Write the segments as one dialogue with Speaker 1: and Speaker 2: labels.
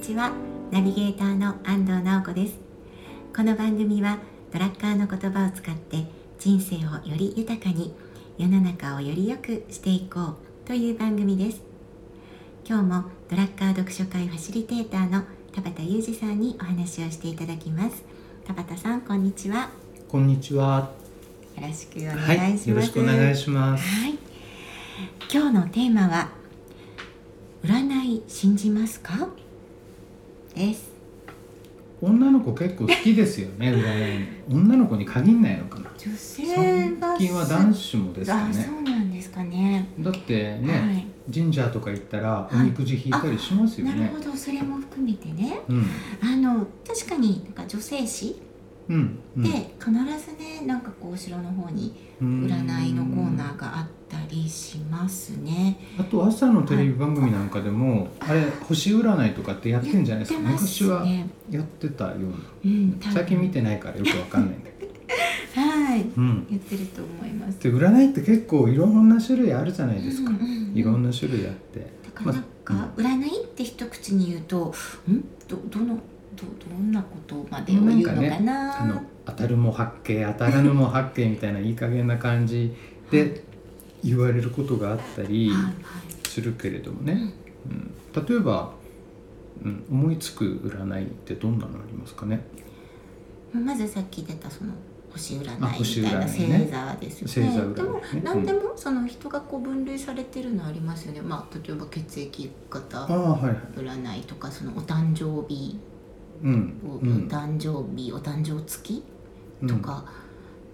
Speaker 1: ちはナビゲーターの安藤直子ですこの番組はドラッカーの言葉を使って人生をより豊かに世の中をより良くしていこうという番組です今日もドラッカー読書会ファシリテーターの田畑裕二さんにお話をしていただきます田畑さんこんにちは
Speaker 2: こんにちは。
Speaker 1: よろしくお
Speaker 2: は
Speaker 1: 願いします、
Speaker 2: い、よろしくお願いします。
Speaker 1: はい。今日のテーマは占い信じますかです。
Speaker 2: 女の子結構好きですよ ね、占い。女の子に限んないのかな。
Speaker 1: 女性
Speaker 2: 最
Speaker 1: が
Speaker 2: 近は男子もですか
Speaker 1: あ、そ
Speaker 2: ね。
Speaker 1: うなんですかね。
Speaker 2: だってね、
Speaker 1: はい。
Speaker 2: 神社とか行ったら
Speaker 1: は
Speaker 2: お
Speaker 1: い
Speaker 2: みくじ引いたりしますよ
Speaker 1: なる
Speaker 2: ね
Speaker 1: ほ。ど、それも含めてね。
Speaker 2: うん、
Speaker 1: あの確かになんか女性誌
Speaker 2: うん、うん
Speaker 1: で、必ずねなんかこう後ろの方に
Speaker 2: うん
Speaker 1: 占いのコーナーがあったりしますね。
Speaker 2: あと朝のテレビ番組なんかでも、あれ星占いとかってやってんじゃないですか。
Speaker 1: やってます
Speaker 2: 昔は
Speaker 1: ね。
Speaker 2: やってたような。
Speaker 1: うん、多分
Speaker 2: 最近見てないからよくわかんないんだけど。
Speaker 1: はい
Speaker 2: うん。
Speaker 1: やってると思います。
Speaker 2: で占いって結構いろんな種類あるじゃないですか、
Speaker 1: うんうんうん
Speaker 2: いろんな種類あって
Speaker 1: だからなんか占いって一口に言うと、んどどのどどんなことまでを言うのかな
Speaker 2: あの当たるも八景当たらぬも八景みたいないい加減な感じで言われることがあったり
Speaker 1: はいはい
Speaker 2: するけれどもね、うん、例えば、うん、思いつく占いってどんなのありますかね
Speaker 1: まずさっき出たその星占
Speaker 2: あ
Speaker 1: い
Speaker 2: 星
Speaker 1: みたいな
Speaker 2: 占
Speaker 1: 星
Speaker 2: いね
Speaker 1: 座ですよ
Speaker 2: 星
Speaker 1: ね
Speaker 2: 座占いね
Speaker 1: でも
Speaker 2: うん
Speaker 1: 何でもその人がこう分類されてるのありますよね、まあ、例えば血液
Speaker 2: ああ
Speaker 1: 型
Speaker 2: はいはい
Speaker 1: 占いとかそのお誕生日
Speaker 2: うん
Speaker 1: お,、
Speaker 2: うん
Speaker 1: 誕生日お誕生月
Speaker 2: うん
Speaker 1: とか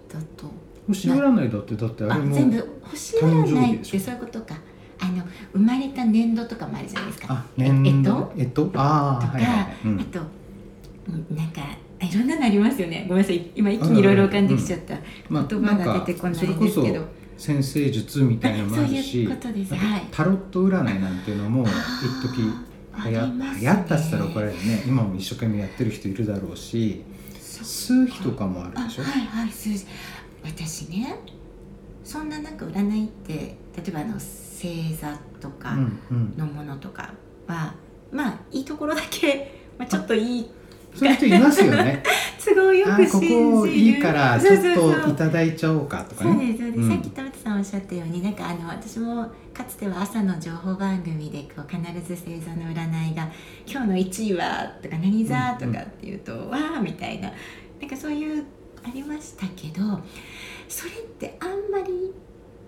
Speaker 1: だと、
Speaker 2: 星占いだってだってあ
Speaker 1: あ
Speaker 2: れも
Speaker 1: 全部星占いってそういうことかあの生まれた年度とかもあるじゃないですか
Speaker 2: あ
Speaker 1: え
Speaker 2: 年
Speaker 1: えっと
Speaker 2: 度えっとああはいはいはい、う
Speaker 1: あ
Speaker 2: ん、
Speaker 1: とうんなんかいろんなのありますよねごめんなさい今一気にいろいろ浮かんできちゃった、
Speaker 2: ま
Speaker 1: 言葉が出てこないですけど
Speaker 2: んかそれこそ先生術みたいなのもあ
Speaker 1: あ
Speaker 2: る
Speaker 1: そうい
Speaker 2: し
Speaker 1: うことですはい
Speaker 2: タロット占いなんていうのも一時
Speaker 1: あ
Speaker 2: 流行
Speaker 1: ありますね
Speaker 2: 流行ったっつったら怒られるね今も一生懸命やってる人いるだろうし数比とかもあ
Speaker 1: あ
Speaker 2: るでしょ
Speaker 1: はいはい数字私ねそんななんか占いって例えばあの星座と
Speaker 2: う
Speaker 1: か
Speaker 2: んうん、
Speaker 1: のものとかは、まあいいところだけ、 まあ、ちょっといい
Speaker 2: そういう人いますよね
Speaker 1: 都合 よ
Speaker 2: あ
Speaker 1: く
Speaker 2: こ
Speaker 1: 信
Speaker 2: こ
Speaker 1: じる
Speaker 2: いいからち
Speaker 1: そう
Speaker 2: ょ
Speaker 1: そう
Speaker 2: っ
Speaker 1: そう
Speaker 2: といただいちゃおうかとか
Speaker 1: そうで
Speaker 2: ね
Speaker 1: すそうです、
Speaker 2: うん
Speaker 1: さっき田畑さんおっしゃったようになんかあの私もかつては朝の情報番組でこう必ず星座の占いが「今日の1位は」とか「何座」とかっていうと「わあ」みたいななんかそういうありましたけどそれってあんまり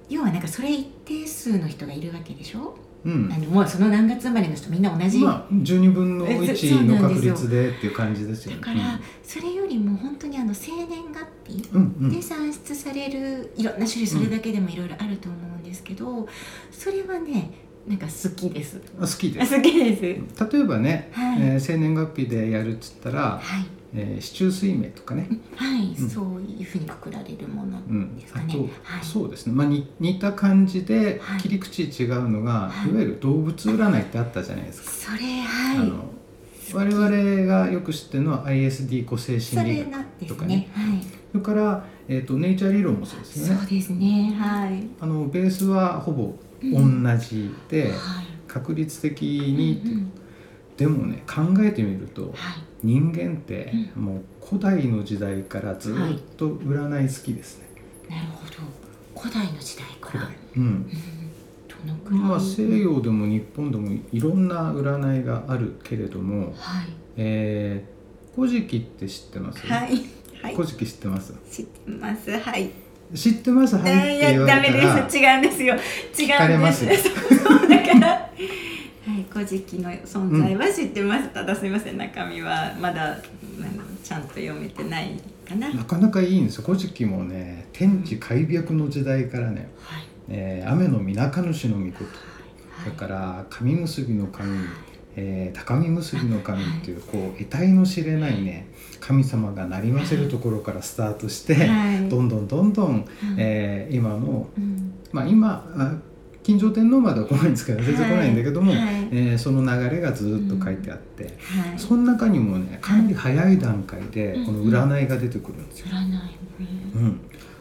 Speaker 1: 要はなんかそれ一定数の人がいるわけでしょ、
Speaker 2: うん
Speaker 1: あのもうその何月生まれの人みんな同じ、
Speaker 2: まあ12分の
Speaker 1: えそそう
Speaker 2: 1
Speaker 1: な
Speaker 2: の
Speaker 1: んで
Speaker 2: 確
Speaker 1: すよ
Speaker 2: 率でっていう感じですよ
Speaker 1: だ
Speaker 2: ね
Speaker 1: から、それよりも本当にあの生年月日
Speaker 2: うんうんう
Speaker 1: で
Speaker 2: ん
Speaker 1: 産出されるいろんな種類それだけでもいろいろあると思うんですけど、それはねなんか好きです
Speaker 2: あ好きで
Speaker 1: あ
Speaker 2: す
Speaker 1: 好きです
Speaker 2: 例えばね、
Speaker 1: はい、
Speaker 2: えー生年月日でやるっつったら、
Speaker 1: はい
Speaker 2: えー、四柱推命とかね、
Speaker 1: はい、
Speaker 2: うん
Speaker 1: そういうふうにくくられるもの
Speaker 2: うん
Speaker 1: です
Speaker 2: あ
Speaker 1: かね、
Speaker 2: と
Speaker 1: はい
Speaker 2: そうですね、まあ、に似た感じで
Speaker 1: はい
Speaker 2: 切り口違うのが、
Speaker 1: はい
Speaker 2: い、わゆる動物占いってあったじゃないですか、
Speaker 1: それは
Speaker 2: あ
Speaker 1: い
Speaker 2: の我々がよく知ってるのは ISD 個性
Speaker 1: そ
Speaker 2: 心理
Speaker 1: れ
Speaker 2: 学
Speaker 1: なんで
Speaker 2: と
Speaker 1: す
Speaker 2: か
Speaker 1: ね
Speaker 2: ね
Speaker 1: はい
Speaker 2: それから、えー、とネイチャー理論もそうです
Speaker 1: そ
Speaker 2: よ
Speaker 1: う
Speaker 2: ね
Speaker 1: ですねはい、
Speaker 2: あのベースはほぼ同
Speaker 1: うん
Speaker 2: じで、
Speaker 1: はい
Speaker 2: 確率的
Speaker 1: うん
Speaker 2: にって、
Speaker 1: うん
Speaker 2: でもね考えてみると
Speaker 1: はい
Speaker 2: 人間って
Speaker 1: う
Speaker 2: もう古代の時代からずっと占い好きですね、
Speaker 1: なるほど古代の時代から
Speaker 2: 古代うん
Speaker 1: うんどのくらい、
Speaker 2: まあ、西洋でも日本でもいろんな占いがあるけれども、
Speaker 1: はい
Speaker 2: えー、古事記って知ってます、
Speaker 1: はいはい
Speaker 2: 古事記知ってます
Speaker 1: 知ってますはい
Speaker 2: 知ってますはい
Speaker 1: い
Speaker 2: って言
Speaker 1: や
Speaker 2: わ
Speaker 1: ダ
Speaker 2: れ
Speaker 1: メ
Speaker 2: たら
Speaker 1: です違うんですよ違
Speaker 2: か
Speaker 1: う
Speaker 2: れ
Speaker 1: ん
Speaker 2: ま
Speaker 1: ですす
Speaker 2: よ
Speaker 1: そうだからはい古事記の存在は知ってます、ただすみません中身はまだあのちゃんと読めてないかな、はい
Speaker 2: なかなかいいんですよ古事記もね天地開闢の時代からね、えー雨の水中主の御事
Speaker 1: は
Speaker 2: だ
Speaker 1: い
Speaker 2: から神結びの神、えー高見結びの神っていうこう得体の知れないね神様がなりませるところからスタートして、
Speaker 1: はい
Speaker 2: どんどんどんどん、
Speaker 1: うん
Speaker 2: えー今の
Speaker 1: うん
Speaker 2: まあ、今あ金城天皇までは来ないんですけど出てこないんだけども、
Speaker 1: はいはい
Speaker 2: えーその流れがずっと書いてあって、
Speaker 1: はい
Speaker 2: その中にもねかなり早い段階で
Speaker 1: うん
Speaker 2: この占いが出てくるんですよ。
Speaker 1: 占い、
Speaker 2: う、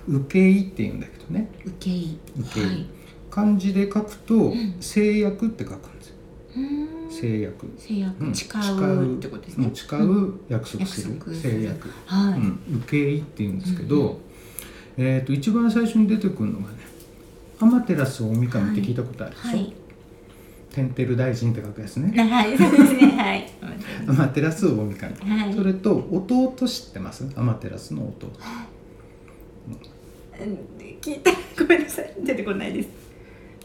Speaker 1: うん
Speaker 2: 受け入って言うんだけどね
Speaker 1: ん、受け入
Speaker 2: 受け
Speaker 1: は
Speaker 2: 入
Speaker 1: い、
Speaker 2: 漢字で書くと
Speaker 1: ん
Speaker 2: 「制約」って書くんですよ。
Speaker 1: うーん
Speaker 2: 制約
Speaker 1: 制約、
Speaker 2: うん
Speaker 1: 誓
Speaker 2: 誓
Speaker 1: う
Speaker 2: う
Speaker 1: ってことです
Speaker 2: も
Speaker 1: ね
Speaker 2: う誓う約束す
Speaker 1: 約束
Speaker 2: る
Speaker 1: する
Speaker 2: 制約、
Speaker 1: はい、
Speaker 2: うん、受け入っていうんですけど、
Speaker 1: うん
Speaker 2: えー、と一番最初に出てくるのがね「天照大神」って聞いたことあるでしょ、
Speaker 1: はい
Speaker 2: テンテル大臣って書くやつね
Speaker 1: はいそうですね はい
Speaker 2: 天照大神、
Speaker 1: はい
Speaker 2: それと弟知ってます天照の弟
Speaker 1: うん聞いたごめんなさい出てこないです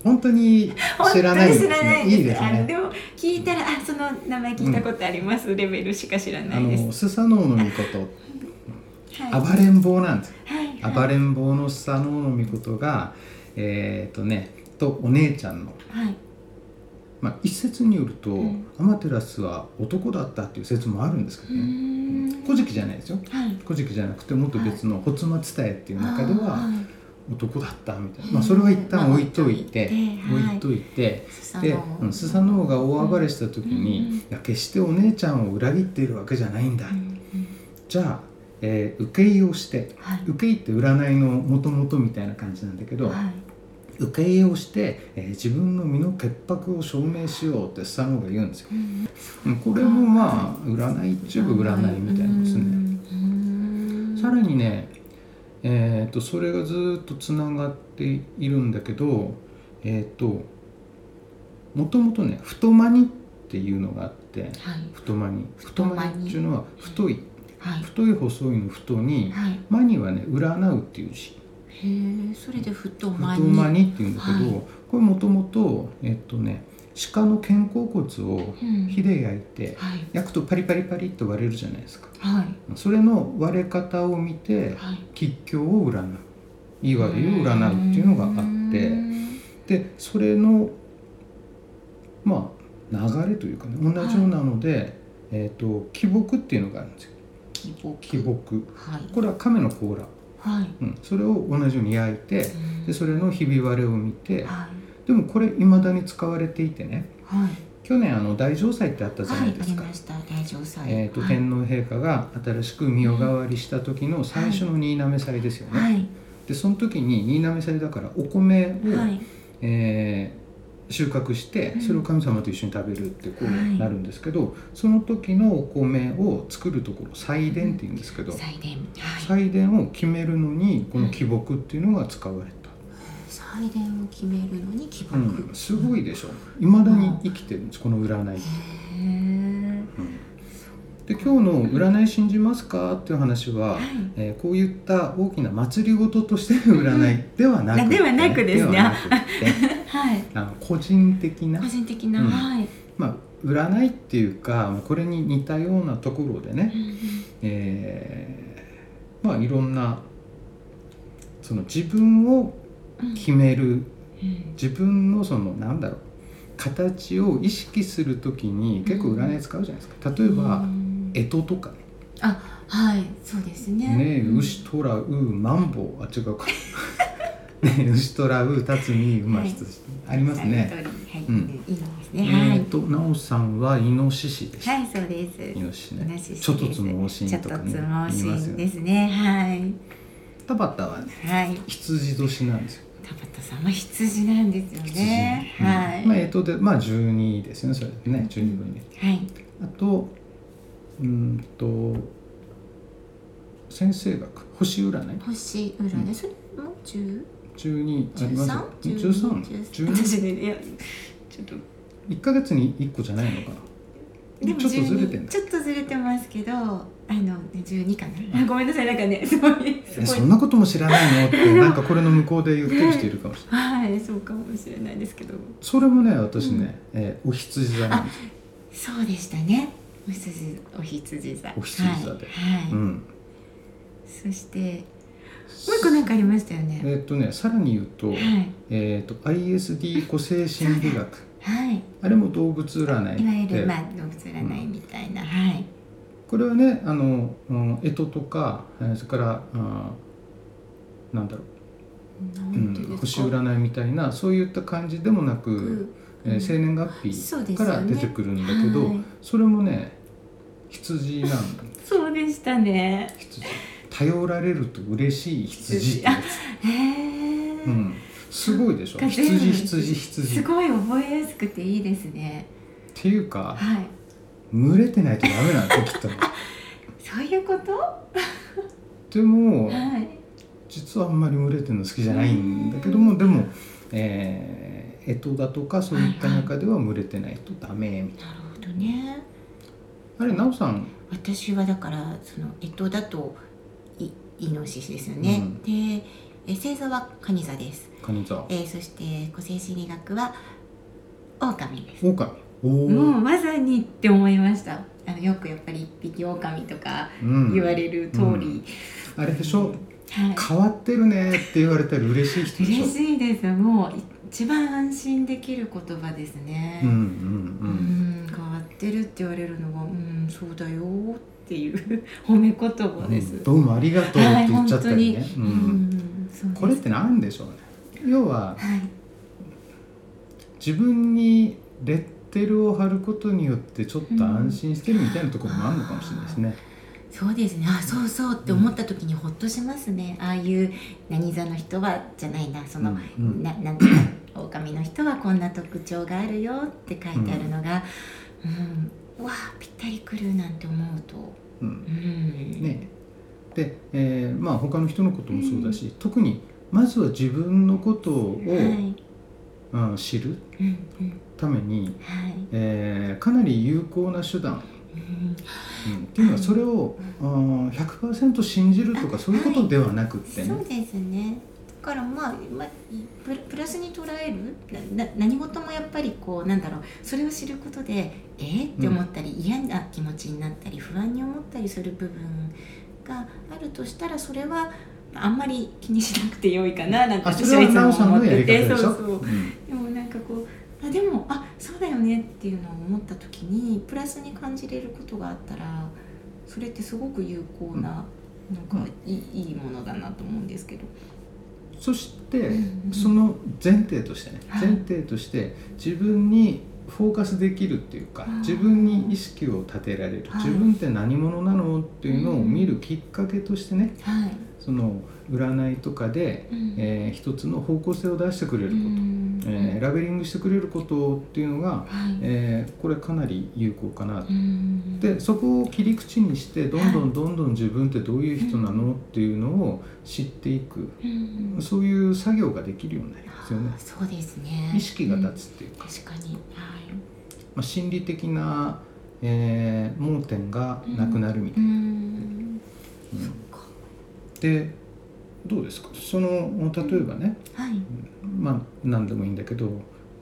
Speaker 2: 本当に知らないんです
Speaker 1: 本当に知らな
Speaker 2: ね
Speaker 1: い
Speaker 2: いいです
Speaker 1: あの
Speaker 2: ね
Speaker 1: でも聞いたらあその名前聞いたことあります、レベルしか知ら
Speaker 2: あ
Speaker 1: ないです
Speaker 2: のスサノオの御事
Speaker 1: はい
Speaker 2: 暴れん坊なんです
Speaker 1: はいはい
Speaker 2: 暴れん坊のスサノオの御事がえっ、とねとお姉ちゃんの
Speaker 1: はい
Speaker 2: まあ、一説によると、
Speaker 1: うん
Speaker 2: アマテラスは男だったっていう説もあるんですけ
Speaker 1: う
Speaker 2: どね、
Speaker 1: ん
Speaker 2: 古事記じゃないですよ
Speaker 1: はい
Speaker 2: 古事記じゃなくてもっと別の「仏間伝え」っていう中で
Speaker 1: あ
Speaker 2: は
Speaker 1: ーい
Speaker 2: 男だったみたいな、まあ、それは一旦置いといて、
Speaker 1: まあ
Speaker 2: 置いといて、
Speaker 1: スサ
Speaker 2: で
Speaker 1: ノオ
Speaker 2: うんスサノオが大暴れした時に、
Speaker 1: うん
Speaker 2: いや決してお姉ちゃんを裏切っているわけじゃないんだ、
Speaker 1: うんうん
Speaker 2: じゃあ、えー受け入れをして
Speaker 1: はい
Speaker 2: 受け入れって占いの元々みたいな感じなんだけど、
Speaker 1: はい
Speaker 2: 受け入れをして、えー自分の身の潔白を証明しようってスサノオが言うんですよ。
Speaker 1: うん
Speaker 2: うんこれもまあ占いっちゅう占いみたいなんですね。
Speaker 1: ね
Speaker 2: さらにね、えー、とそれがずっとつながっているんだけど、えー、ともともとね太まにっていうのがあって
Speaker 1: はい
Speaker 2: 太まに
Speaker 1: 太
Speaker 2: 太
Speaker 1: まに
Speaker 2: まにっていうのは太い
Speaker 1: はい
Speaker 2: 太い細いの太に
Speaker 1: はい
Speaker 2: まにはね占うっていう字
Speaker 1: へえそれで太
Speaker 2: 太
Speaker 1: まに
Speaker 2: まにっていうんだけど、
Speaker 1: は
Speaker 2: これもともとえっ、とね鹿の肩甲骨を
Speaker 1: うん
Speaker 2: 火で焼いて
Speaker 1: はい
Speaker 2: 焼くとパリパリパリって割れるじゃないですか。
Speaker 1: はい
Speaker 2: それの割れ方を見て
Speaker 1: はい
Speaker 2: 吉凶を占ういわゆる占うっていうのがあ
Speaker 1: う
Speaker 2: っ
Speaker 1: ん
Speaker 2: てでそれのまあ流れというかね同じようなので、えー、と木木っていうのがあるんですよ
Speaker 1: 希望
Speaker 2: 木木
Speaker 1: はい
Speaker 2: これは亀の甲羅、
Speaker 1: はい
Speaker 2: うん、それを同じように焼いてでそれのひび割れを見て
Speaker 1: はい
Speaker 2: でもこれ未だに使われていてね
Speaker 1: はい
Speaker 2: 去年あの大城祭ってあったじゃ
Speaker 1: は
Speaker 2: ない
Speaker 1: い
Speaker 2: で
Speaker 1: あり
Speaker 2: すか、
Speaker 1: ました大城祭
Speaker 2: えーと
Speaker 1: はい
Speaker 2: 天皇陛下が新しく身を代わりした時の最初の新嘗祭ですよね、
Speaker 1: はい
Speaker 2: でその時に新嘗祭だからお米を、
Speaker 1: はい
Speaker 2: えー収穫して
Speaker 1: うん
Speaker 2: それを神様と一緒に食べるってこ
Speaker 1: はいう
Speaker 2: なるんですけど、その時のお米を作るところ祭殿っていうんですけど、
Speaker 1: 祭殿はい
Speaker 2: 祭殿を決めるのにこの木木っていうのが使われた、
Speaker 1: 祭殿を決めるのに希望
Speaker 2: うんすごいでしょいまだに生きてるんですこの占い、
Speaker 1: へ
Speaker 2: で今日の「占い信じますか?」っていう話
Speaker 1: え
Speaker 2: は、
Speaker 1: はい
Speaker 2: えーこういった大きな祭りごととしての占いではなくて、
Speaker 1: ではなくですね
Speaker 2: ではなくて
Speaker 1: はい
Speaker 2: あの個人的な
Speaker 1: 個、人的な
Speaker 2: うん
Speaker 1: はい
Speaker 2: まあ、占いっていうかこれに似たようなところでね、
Speaker 1: うんうん
Speaker 2: えーまあいろんなその自分を決める
Speaker 1: うん
Speaker 2: 自分のそのなんだろう形を意識するときに結構占い使うじゃないですか例え
Speaker 1: う
Speaker 2: ば
Speaker 1: ん
Speaker 2: 干支とかね
Speaker 1: はいそうですね
Speaker 2: ねえ
Speaker 1: うん
Speaker 2: 牛とらうマンボウあ違うか ねえ牛とらう辰巳馬羊ありますね、
Speaker 1: はい
Speaker 2: うん
Speaker 1: いいです
Speaker 2: え
Speaker 1: ねは
Speaker 2: ー
Speaker 1: い
Speaker 2: となおさんはイノシシでした、
Speaker 1: はいそうです
Speaker 2: イノシシ
Speaker 1: 同
Speaker 2: ね
Speaker 1: じ
Speaker 2: ちょっとつもおしんとかね
Speaker 1: ちょっとつもおし
Speaker 2: 言いますよ
Speaker 1: んで
Speaker 2: ね
Speaker 1: すね。はい。
Speaker 2: 田畑はね
Speaker 1: はい。
Speaker 2: 羊年なんですよ
Speaker 1: 田畑さんは羊なんですよ
Speaker 2: 羊
Speaker 1: ね。
Speaker 2: うん
Speaker 1: はい。
Speaker 2: まあえっとでまあ12ですよねそれでね12分に
Speaker 1: はい。
Speaker 2: あとうーんと先生学星占い
Speaker 1: 星占い、それも十
Speaker 2: 12あり
Speaker 1: 十
Speaker 2: ます
Speaker 1: 三
Speaker 2: 十三十二
Speaker 1: 私ねいやちょっと
Speaker 2: 1か月に1個じゃないのか
Speaker 1: で
Speaker 2: な
Speaker 1: も
Speaker 2: ちょっとずれてん
Speaker 1: 12
Speaker 2: だ
Speaker 1: ちょっとずれてますけど、あのね十二かな。あごめんなさいなんかね すごいす
Speaker 2: えそ
Speaker 1: ご
Speaker 2: ん
Speaker 1: い。
Speaker 2: なことも知らないのってなんかこれの向こうで言ってる人いるかもしれない
Speaker 1: はいそうかもしれないですけど。
Speaker 2: それもね私ね、えーお羊座なんですよ
Speaker 1: そうでしたね。お羊お羊座。
Speaker 2: お羊座で
Speaker 1: はい。はい
Speaker 2: うん
Speaker 1: そしてもう一個なんかありましたよ
Speaker 2: え
Speaker 1: ね。
Speaker 2: ーっとねさらに言うと,、
Speaker 1: はい
Speaker 2: えーっと ISD 個性心理学
Speaker 1: はい。
Speaker 2: あれも動物占
Speaker 1: いわ
Speaker 2: い
Speaker 1: ゆ
Speaker 2: で
Speaker 1: るまあ動物占いみたいな、はい。
Speaker 2: これはねあのうん干支とかえーそれからあーなんだろう、うん、星占いみたいなそういった感じでもなく、えー生年月
Speaker 1: そうです
Speaker 2: 日
Speaker 1: よ
Speaker 2: か
Speaker 1: ね
Speaker 2: ら出てくるんだけどそ,、
Speaker 1: はい
Speaker 2: れもね羊なんだ
Speaker 1: そうでしたね。
Speaker 2: 羊頼られると嬉しい羊ってや
Speaker 1: へえ、
Speaker 2: つ、うん、すごいでしょ
Speaker 1: なんか全部
Speaker 2: 羊羊羊
Speaker 1: すごい覚えやすくていいですね。
Speaker 2: ていうか
Speaker 1: はい
Speaker 2: 群れてないとダメなんですよきっと
Speaker 1: そういうことは
Speaker 2: でも
Speaker 1: い
Speaker 2: 実はあんまり群れてるの好きじゃないんだけどもでもえー、干支だとかそういった中では群れてないとダメみたい
Speaker 1: なるほどね
Speaker 2: なあれ奈緒さん
Speaker 1: 私はだからその干支だといイノシシですよね、
Speaker 2: うん
Speaker 1: でえ星座は蟹座です、
Speaker 2: カニ座
Speaker 1: えーそして個性心理学は狼です
Speaker 2: オオカミおお、
Speaker 1: もうまさにって思いましたあのよくやっぱり一匹狼とか
Speaker 2: うん
Speaker 1: 言われる通り、
Speaker 2: あれでしょ
Speaker 1: はい
Speaker 2: 変わってるねって言われたら嬉しい人でしょ
Speaker 1: 嬉しいですもうい一番安心できる言葉ですね、
Speaker 2: うんうん
Speaker 1: う
Speaker 2: うん
Speaker 1: ん変わってるって言われるのがうんそうだよっていう褒め言葉です、
Speaker 2: どうもありがとうって言っちゃったりね、
Speaker 1: はい、本当
Speaker 2: う
Speaker 1: に、
Speaker 2: ん、
Speaker 1: うんそうです
Speaker 2: これって何でしょうね要は
Speaker 1: はい
Speaker 2: 自分にレッテルを貼ることによってちょっと安心してるみたいなところもあるのかもしれないですね、
Speaker 1: そうですねあそうそうって思った時にほっとしますね、ああいう何座の人はじゃないなその、
Speaker 2: うんうん
Speaker 1: ななんていうか狼の人はこんな特徴があるよって書いてあるのが、うんうわあぴったりくるなんて思うと、
Speaker 2: うん
Speaker 1: うん、
Speaker 2: ねで、えーまあ他の人のこともそうだし、特にまずは自分のことを、
Speaker 1: はい、うん
Speaker 2: うん、知る
Speaker 1: うん
Speaker 2: ために、
Speaker 1: はい、
Speaker 2: えーかなり有効な手段、
Speaker 1: うん、
Speaker 2: うん、っていうのはそれを、あー100%信じるとかそういうことではなくってね、
Speaker 1: そうですねだからまあ、まあ、プラプラスに捉えるなな何事もやっぱりこうなんだろうそれを知ることでえー、って思ったり、嫌な気持ちになったり不安に思ったりする部分があるとしたらそれはあんまり気にしなくてよいかななんて
Speaker 2: あ
Speaker 1: 私
Speaker 2: そ
Speaker 1: はい
Speaker 2: れは
Speaker 1: つ
Speaker 2: 奈緒さ
Speaker 1: も
Speaker 2: ん
Speaker 1: 思っ
Speaker 2: のや
Speaker 1: て
Speaker 2: り方
Speaker 1: て
Speaker 2: でし
Speaker 1: そ
Speaker 2: ょ
Speaker 1: うそう
Speaker 2: うん
Speaker 1: でもなんかこうあでもあそうだよねっていうのを思った時にプラスに感じれることがあったらそれってすごく有効な、なんかいいいいものだなと思うんですけど。
Speaker 2: そして、
Speaker 1: うんうん
Speaker 2: その前提としてね
Speaker 1: はい
Speaker 2: 前提として自分にフォーカスできるっていうか
Speaker 1: うん
Speaker 2: 自分に意識を立てられる、
Speaker 1: はい
Speaker 2: 自分って何者なのっていうのを見るきっかけとしてね
Speaker 1: はい
Speaker 2: その占いとかで、えー一つの方向性を出してくれること、えーラベリングしてくれることっていうのが、えーこれかなり有効かなとでそこを切り口にしてどんどんどんどん自分ってどういう人なのっていうのを知っていくそういう作業ができるようになりますよね。
Speaker 1: そうですね
Speaker 2: 意識が立つっていうか、
Speaker 1: つ、確かに、はい
Speaker 2: まあ、心理的な、えー盲点がなくなるみた
Speaker 1: う
Speaker 2: いな。
Speaker 1: ん
Speaker 2: うん
Speaker 1: そっか
Speaker 2: でどうですかその例えばね、
Speaker 1: はい
Speaker 2: まあ何でもいいんだけど、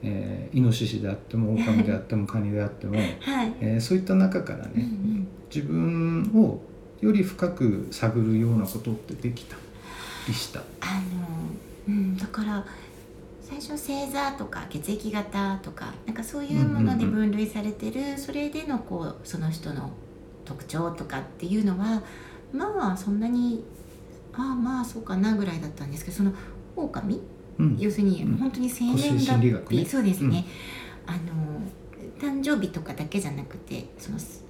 Speaker 2: えーイノシシであってもオオカミであっ てもカニであっても、
Speaker 1: はい、
Speaker 2: えーそういった中から
Speaker 1: うんう
Speaker 2: ね
Speaker 1: ん、
Speaker 2: 自分をより深く探るようなことってできたりした。
Speaker 1: あの、うん、だから最初星座とか血液型とかなんかそういうもので
Speaker 2: うんう
Speaker 1: 分
Speaker 2: ん
Speaker 1: 類されてる、それでのこうその人の特徴とかっていうのはまあそんなにああまあそうかなぐらいだったんですけどその狼
Speaker 2: うん
Speaker 1: 要するに
Speaker 2: うん
Speaker 1: 本当に生年
Speaker 2: 個性
Speaker 1: 月
Speaker 2: 心理学
Speaker 1: 日、
Speaker 2: ね
Speaker 1: そうですね、あの誕生日とかだけじゃなくてそのす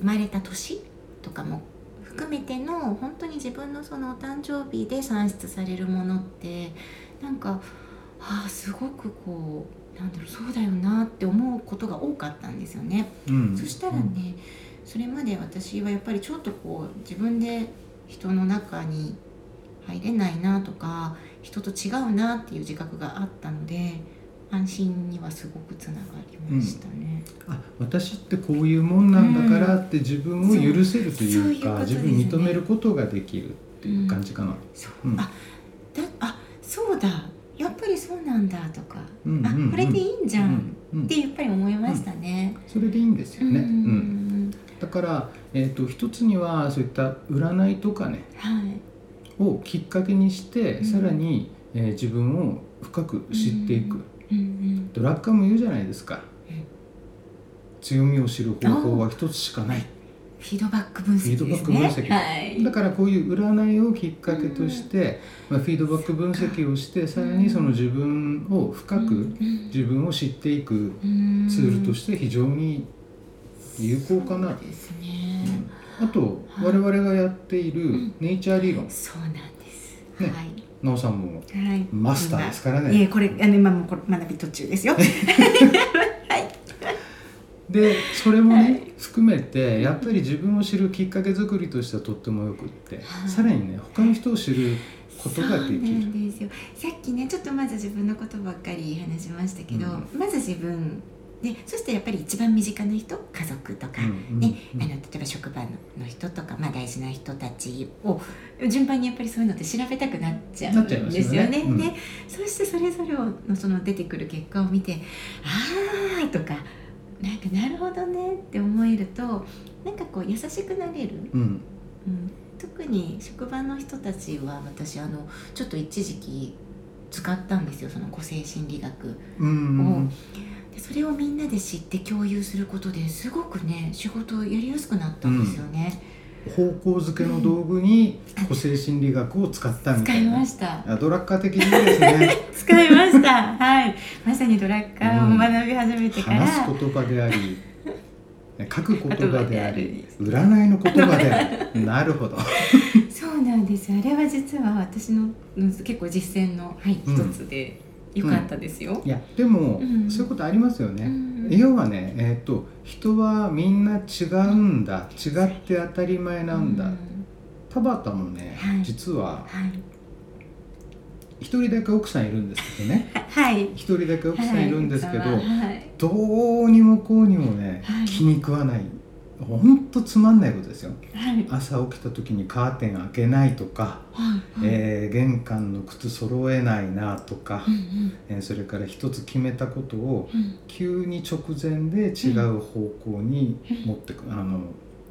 Speaker 1: 生まれた年とかも含めての本当に自分のそのお誕生日で算出されるものってなんかああすごくこうなんだろうそうだよなって思うことが多かったんですよね。
Speaker 2: うん
Speaker 1: そしたらね、それまで私はやっぱりちょっとこう自分で人の中に入れないなとか人と違うなっていう自覚があったので安心にはすごくつながりましたね。
Speaker 2: あ私ってこういうもんなんだからって自分を許せるというか、
Speaker 1: そうそういうことです
Speaker 2: 自
Speaker 1: ね
Speaker 2: 分を認めることができるっていう感じかな。
Speaker 1: そう
Speaker 2: うん
Speaker 1: あだあそうだやっぱりそうなんだとか、
Speaker 2: うんうんうん
Speaker 1: あこれでいいんじゃん、
Speaker 2: うんうん
Speaker 1: ってやっぱり思いましたね。
Speaker 2: それでいいんですよね。
Speaker 1: う
Speaker 2: うん
Speaker 1: ん
Speaker 2: だから、えー、と一つにはそういった占いとかね
Speaker 1: はい
Speaker 2: をきっかけにして、
Speaker 1: うん
Speaker 2: さらに、えー自分を深く知っていく、
Speaker 1: うんうん
Speaker 2: ドラッカーも言うじゃないですか、
Speaker 1: うん
Speaker 2: 強みを知る方法は一つしかない
Speaker 1: フィードバック分析ですね。
Speaker 2: フィードバック分析
Speaker 1: はい
Speaker 2: だからこういう占いをきっかけとして、まあ、フィードバック分析をしてさらにその自分を深く自分を知っていくツールとして非常に有効かな
Speaker 1: そうですね、
Speaker 2: あと
Speaker 1: はい
Speaker 2: 我々がやっている
Speaker 1: ん
Speaker 2: ネイチャー理論
Speaker 1: そうなんです、
Speaker 2: ね
Speaker 1: はい
Speaker 2: なおさんも
Speaker 1: はい
Speaker 2: マスターですから
Speaker 1: いえ
Speaker 2: ね
Speaker 1: これあの今もうこれ学び途中ですよはい
Speaker 2: でそれもね、含めてやっぱり自分を知るきっかけ作りとしてはとってもよくって、
Speaker 1: はい
Speaker 2: さらにね他の人を知ることがで
Speaker 1: そうな
Speaker 2: きる。
Speaker 1: んですよさっきねちょっとまず自分のことばっかり話しましたけど、
Speaker 2: う
Speaker 1: まず自分でそしてやっぱり一番身近な人家族とか、
Speaker 2: うんうん
Speaker 1: ねあの例えば職場の人とか、まあ、大事な人たちを順番にやっぱりそういうのって調べたくなっちゃう
Speaker 2: なっ
Speaker 1: ん
Speaker 2: ちゃいます
Speaker 1: で
Speaker 2: よ
Speaker 1: す
Speaker 2: ね
Speaker 1: よね。
Speaker 2: うん
Speaker 1: でそしてそれぞれのその出てくる結果を見て「あー」とか「なんかなるほどね」って思えるとなんかこう優しくなれる。
Speaker 2: うん
Speaker 1: うん、特に職場の人たちは私あのちょっと一時期使ったんですよその個性心理学
Speaker 2: うん
Speaker 1: でそれをみんなで知って共有することですごくね仕事をやりやすくなったんですよね、
Speaker 2: 方向づけの道具に個性心理学を使ったみた
Speaker 1: 使
Speaker 2: い
Speaker 1: い
Speaker 2: な。
Speaker 1: ました
Speaker 2: あドラッカー的にですね
Speaker 1: 使いましたはいまさにドラッカーを学び始めてから、
Speaker 2: 話す言葉であり書く言葉であり
Speaker 1: 言
Speaker 2: 占いの言葉でありなるほど。
Speaker 1: そうなんですあれは実は私のうん結構実践の、はい、
Speaker 2: うん
Speaker 1: 一つでよかったですよ、
Speaker 2: いやでも、
Speaker 1: うん
Speaker 2: そういうことありますよ
Speaker 1: う
Speaker 2: ね。
Speaker 1: ん
Speaker 2: 要はね、えっと人はみんな違うんだ違って当たり前なんだ、
Speaker 1: う
Speaker 2: 田畑もね、
Speaker 1: はい
Speaker 2: 実
Speaker 1: は
Speaker 2: は
Speaker 1: い
Speaker 2: 一人だけ奥さんいるんですけどね
Speaker 1: はい
Speaker 2: 一人だけ奥さんいるんですけど、
Speaker 1: はいはい
Speaker 2: どうにもこうにもね、
Speaker 1: はい
Speaker 2: 気に食わないほんとつまんないことですよ
Speaker 1: はい
Speaker 2: 朝起きた時にカーテン開けないとか、
Speaker 1: はいはい
Speaker 2: えー玄関の靴揃えないなとか、
Speaker 1: うんうん
Speaker 2: えーそれから一つ決めたことを
Speaker 1: うん
Speaker 2: 急に直前で違う方向に持ってく、あの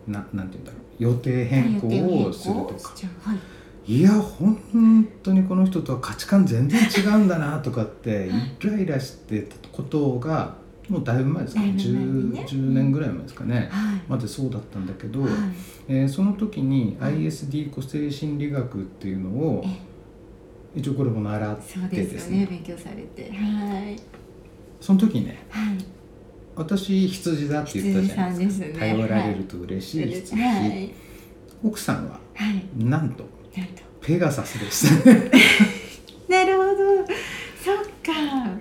Speaker 2: ななんて言うんだろう予定変更をするとか
Speaker 1: じゃあはい
Speaker 2: いや本当にこの人とは価値観全然違うんだなとかって
Speaker 1: はい
Speaker 2: イライラしてたことがもうだいぶ前ですかね
Speaker 1: だいぶ前に
Speaker 2: 10,
Speaker 1: ね
Speaker 2: 10年ぐらい前ですかね、
Speaker 1: はい
Speaker 2: までそうだったんだけど、
Speaker 1: はい
Speaker 2: えーその時に
Speaker 1: はい
Speaker 2: ISD 個性心理学っていうのを
Speaker 1: え
Speaker 2: 一応これも習っ
Speaker 1: そうで
Speaker 2: て
Speaker 1: す
Speaker 2: で
Speaker 1: よ
Speaker 2: す
Speaker 1: ね
Speaker 2: ね
Speaker 1: 勉強されてはい
Speaker 2: その時ね
Speaker 1: はい
Speaker 2: 私羊だって言った
Speaker 1: 羊
Speaker 2: じゃ
Speaker 1: さ
Speaker 2: ない
Speaker 1: ん
Speaker 2: で
Speaker 1: です
Speaker 2: す
Speaker 1: ね
Speaker 2: か頼られると嬉し
Speaker 1: はいい
Speaker 2: 羊、
Speaker 1: はい
Speaker 2: 奥さんは
Speaker 1: はい
Speaker 2: なんと
Speaker 1: なんと
Speaker 2: ペガサスです
Speaker 1: なるほどそっか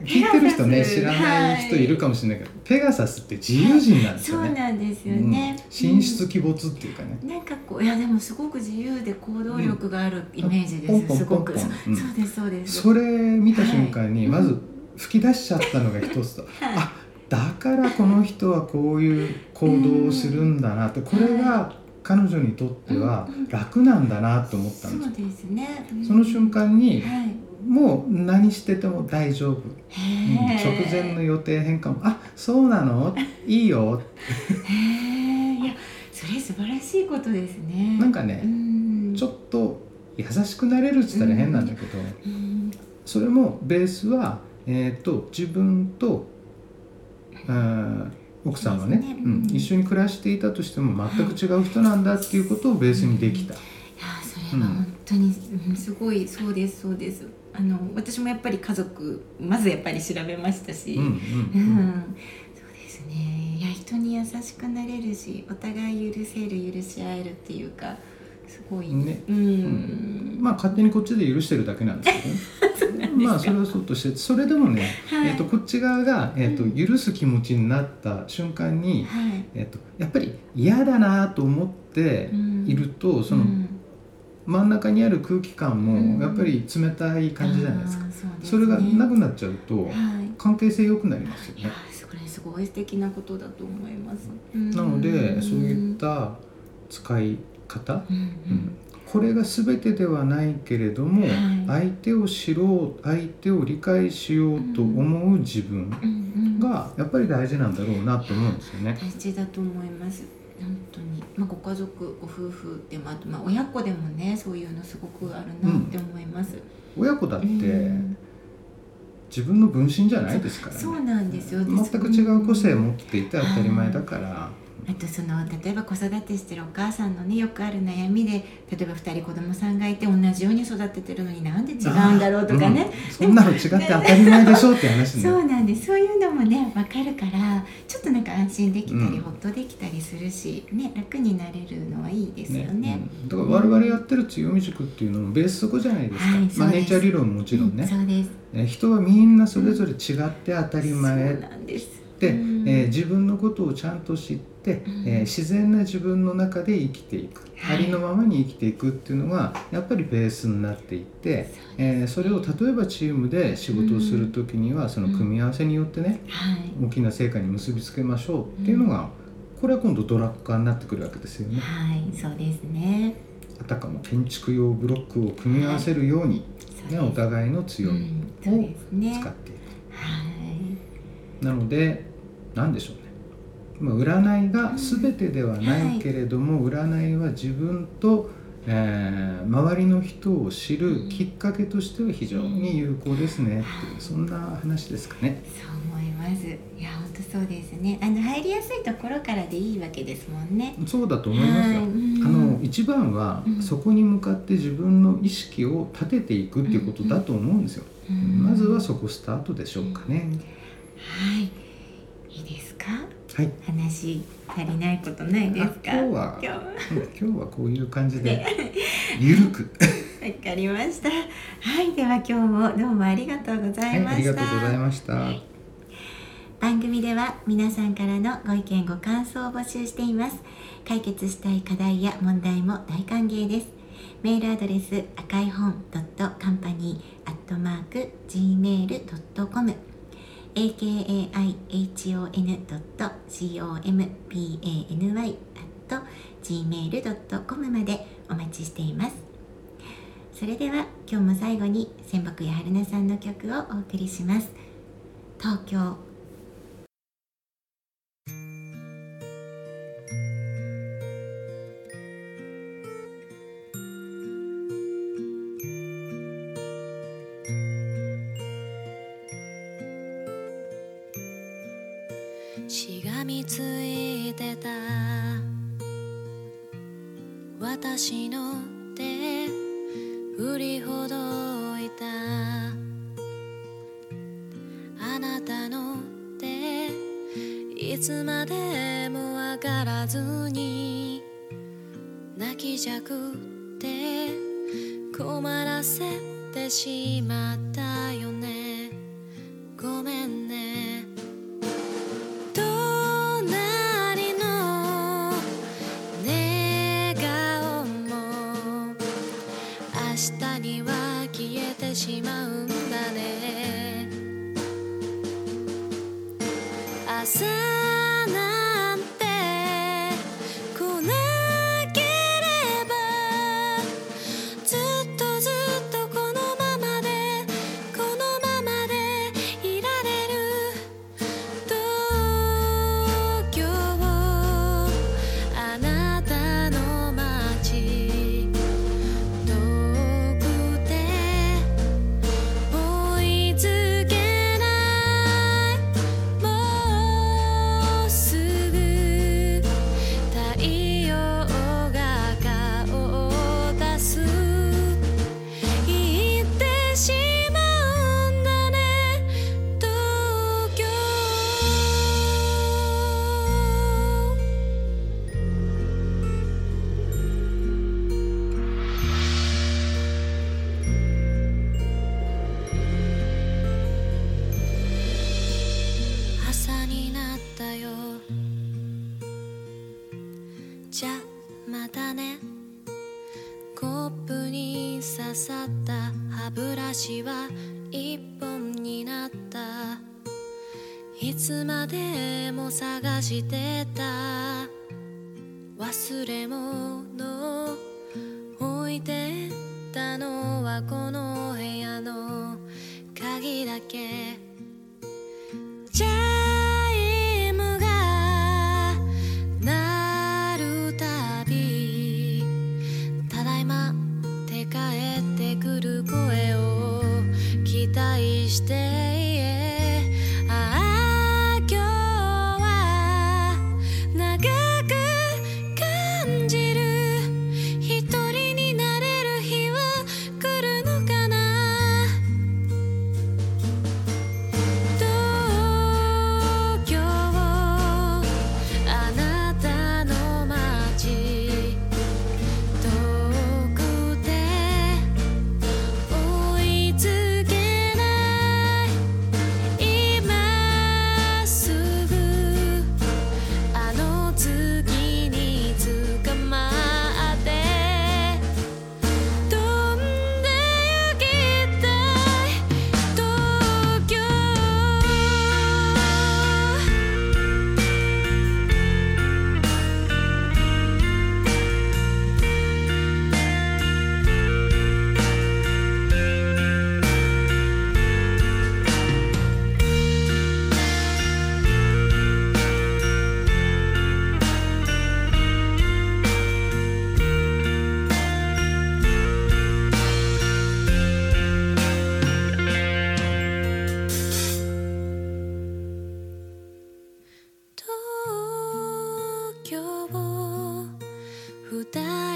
Speaker 2: 聞いてる人
Speaker 1: ペガ
Speaker 2: ね
Speaker 1: サス
Speaker 2: 知らない人いるかもしれないけど、ペガサスって自由人
Speaker 1: は
Speaker 2: なん
Speaker 1: い
Speaker 2: です
Speaker 1: そ
Speaker 2: よ
Speaker 1: う
Speaker 2: ね
Speaker 1: なんですよね
Speaker 2: うん神出鬼没っていうかね、
Speaker 1: うんなんかこういやでもすごく自由で行動力があるイメージ
Speaker 2: ポン
Speaker 1: で
Speaker 2: ポ
Speaker 1: す
Speaker 2: ン
Speaker 1: す
Speaker 2: ポン
Speaker 1: ご
Speaker 2: ポン
Speaker 1: くそう
Speaker 2: うん
Speaker 1: そうですそうです
Speaker 2: それ見た瞬間に
Speaker 1: は
Speaker 2: ま
Speaker 1: い
Speaker 2: ず吹き出しちゃったのが一つと、
Speaker 1: はい
Speaker 2: あだからこの人はこういう行動をするんだなってこれが彼女にとっては楽なんだなと思った
Speaker 1: そ
Speaker 2: んです
Speaker 1: う
Speaker 2: よ。
Speaker 1: ですねうん
Speaker 2: その瞬間に
Speaker 1: はい
Speaker 2: もう何してても大丈夫、うん
Speaker 1: へー
Speaker 2: 直前の予定変化も「あそうなのいいよ
Speaker 1: へえいやそれ素晴らしいことです」ね
Speaker 2: なんか
Speaker 1: う
Speaker 2: ね
Speaker 1: ん
Speaker 2: ちょっと優しくなれるって言ったら変なんだけど
Speaker 1: うん
Speaker 2: それもベースは、えー、と自分と、うん奥さんはね
Speaker 1: そうですね
Speaker 2: うん
Speaker 1: うん
Speaker 2: 一緒に暮らしていたとしても全く違う人なんだっていうことをベースにできた。
Speaker 1: いやそれは本当に、うんすごいそうですそうですあの私もやっぱり家族まずやっぱり調べましたし、
Speaker 2: うんう
Speaker 1: う
Speaker 2: んうん
Speaker 1: んそうですねいや人に優しくなれるしお互い許せる許し合えるっていうかすごい
Speaker 2: ね
Speaker 1: うん、
Speaker 2: まあ勝手にこっちで許してるだけなんですけどねまあそれはそうとしてそれでもね、
Speaker 1: はい
Speaker 2: えー、とこっち側が、えーと許す気持ちになった瞬間に、
Speaker 1: はい
Speaker 2: えー、とやっぱり嫌だなと思って
Speaker 1: うん
Speaker 2: いると、そうの
Speaker 1: ん
Speaker 2: 真ん中にある空気感
Speaker 1: うん
Speaker 2: もやっぱり冷たい感じじゃないですか、
Speaker 1: あーそうですね
Speaker 2: それがなくなっちゃうと
Speaker 1: はい
Speaker 2: 関係性良くなりますよ
Speaker 1: いや
Speaker 2: ね。
Speaker 1: ーこれすごい素敵なことだと思います。うん
Speaker 2: なのでそういっ、た使い方、
Speaker 1: うん
Speaker 2: うんこれが全てではないけれども、
Speaker 1: は
Speaker 2: 相手を知ろう相手を理解しようと思う自分
Speaker 1: うんうんうん、
Speaker 2: がやっぱり大事なんだろうなと思うんですよね。
Speaker 1: 大事だと思います。本当に、まあ、ご家族ご夫婦でもあと、まあ、親子でもねそういうのすごくあるなって思います。
Speaker 2: 親子だって
Speaker 1: うん
Speaker 2: 自分の分身じゃないですからね。
Speaker 1: そうなんですよ
Speaker 2: 全く違う個性を持っていて当たり前だから。
Speaker 1: あとその例えば子育てしてるお母さんのねよくある悩みで例えば2人子供さんがいて同じように育ててるのになんで違うんだろうとかね、
Speaker 2: うんそんなの違って当たり前でしょって話ね。
Speaker 1: そうなんですそういうのもね分かるからちょっとなんか安心できたり、
Speaker 2: うん
Speaker 1: ほっとできたりするし、ね、楽になれるのはいいですよね。
Speaker 2: うんだから我々やってる強み塾っていうのもベースそこじゃないですか、
Speaker 1: はい
Speaker 2: ま
Speaker 1: そう
Speaker 2: あ、
Speaker 1: です
Speaker 2: ネイチャー理論ももちろん
Speaker 1: うん
Speaker 2: ね、
Speaker 1: そうです
Speaker 2: え人はみんなそれぞれ違って当たり前
Speaker 1: そうなんです
Speaker 2: って、
Speaker 1: うん
Speaker 2: えー自分のことをちゃんと知って、
Speaker 1: うん
Speaker 2: えー自然な自分の中で生きていく、
Speaker 1: はい
Speaker 2: ありのままに生きていくっていうのがやっぱりベースになってい
Speaker 1: そうで
Speaker 2: て
Speaker 1: すね
Speaker 2: えーそれを例えばチームで仕事をする時には、その組み合わせによってね
Speaker 1: はい
Speaker 2: 大きな成果に結びつけましょうっていうのが、これは今度ドラッカーになってくるわけですよね。
Speaker 1: はい、そうですね。
Speaker 2: あたかも建築用ブロックを組み合わせるように、
Speaker 1: そう
Speaker 2: ね
Speaker 1: です
Speaker 2: お互いの強
Speaker 1: う
Speaker 2: み
Speaker 1: んそうですね。
Speaker 2: 使
Speaker 1: は
Speaker 2: っていく、
Speaker 1: い。
Speaker 2: なので何でしょうねまあ占いが全てではないけれども、占いは自分と、えー周りの人を知るきっかけとしては非常に有効ですねっていうそんな話ですかね。
Speaker 1: そう思います。いや、本当そうですね。あの入りやすいところからでいいわけですもんね。
Speaker 2: そうだと思いますよ
Speaker 1: はいうん
Speaker 2: あの一番は
Speaker 1: うん
Speaker 2: そこに向かって自分の意識を立てていくっていうことだと思うんですよ。
Speaker 1: うん
Speaker 2: まずはそこスタートでしょうかね。
Speaker 1: はい。いいですか。
Speaker 2: はい。
Speaker 1: 話足りないことないですか。
Speaker 2: あ今日は
Speaker 1: 今日は
Speaker 2: うん今日はこういう感 じでゆるく、
Speaker 1: わかりました。はい、では今日もどうもありがとうござ
Speaker 2: はいい、
Speaker 1: ま
Speaker 2: あ
Speaker 1: し
Speaker 2: り
Speaker 1: た。
Speaker 2: がとうございました。
Speaker 1: 番組では皆さんからのご意見ご感想を募集しています解決したい課題や問題も大歓迎ですメールアドレス赤い本 .company.gmail.com akaihon.company.gmail.com までお待ちしていますそれでは今日も最後に仙北や春菜さんの曲をお送りします東京
Speaker 3: しがみついてた私の手振りほどいたあなたの手いつまでもわからずに泣きじゃくって困らせてしまったよねごめんね隣の寝顔も明日には消えてしまうんだね朝なんて来なければずっとずっとこのままでこのままでいられる東京あなたの街遠くて追いつけないもうすぐ太陽が顔を出す言ってしまうんだね東京朝になったよじゃまたねコップに刺さった歯ブラシは一本になったいつまでも探してた忘れ物置いてったのはこの部屋の鍵だけチャイムが鳴るたびただいまって帰ってくる声を期待してああ今日は長く感じる一人になれる日は来るのかな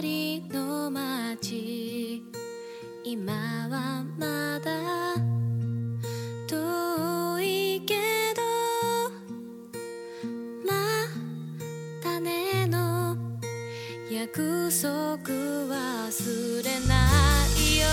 Speaker 3: りの街今はまだ遠いけどまたねの約束忘れないよ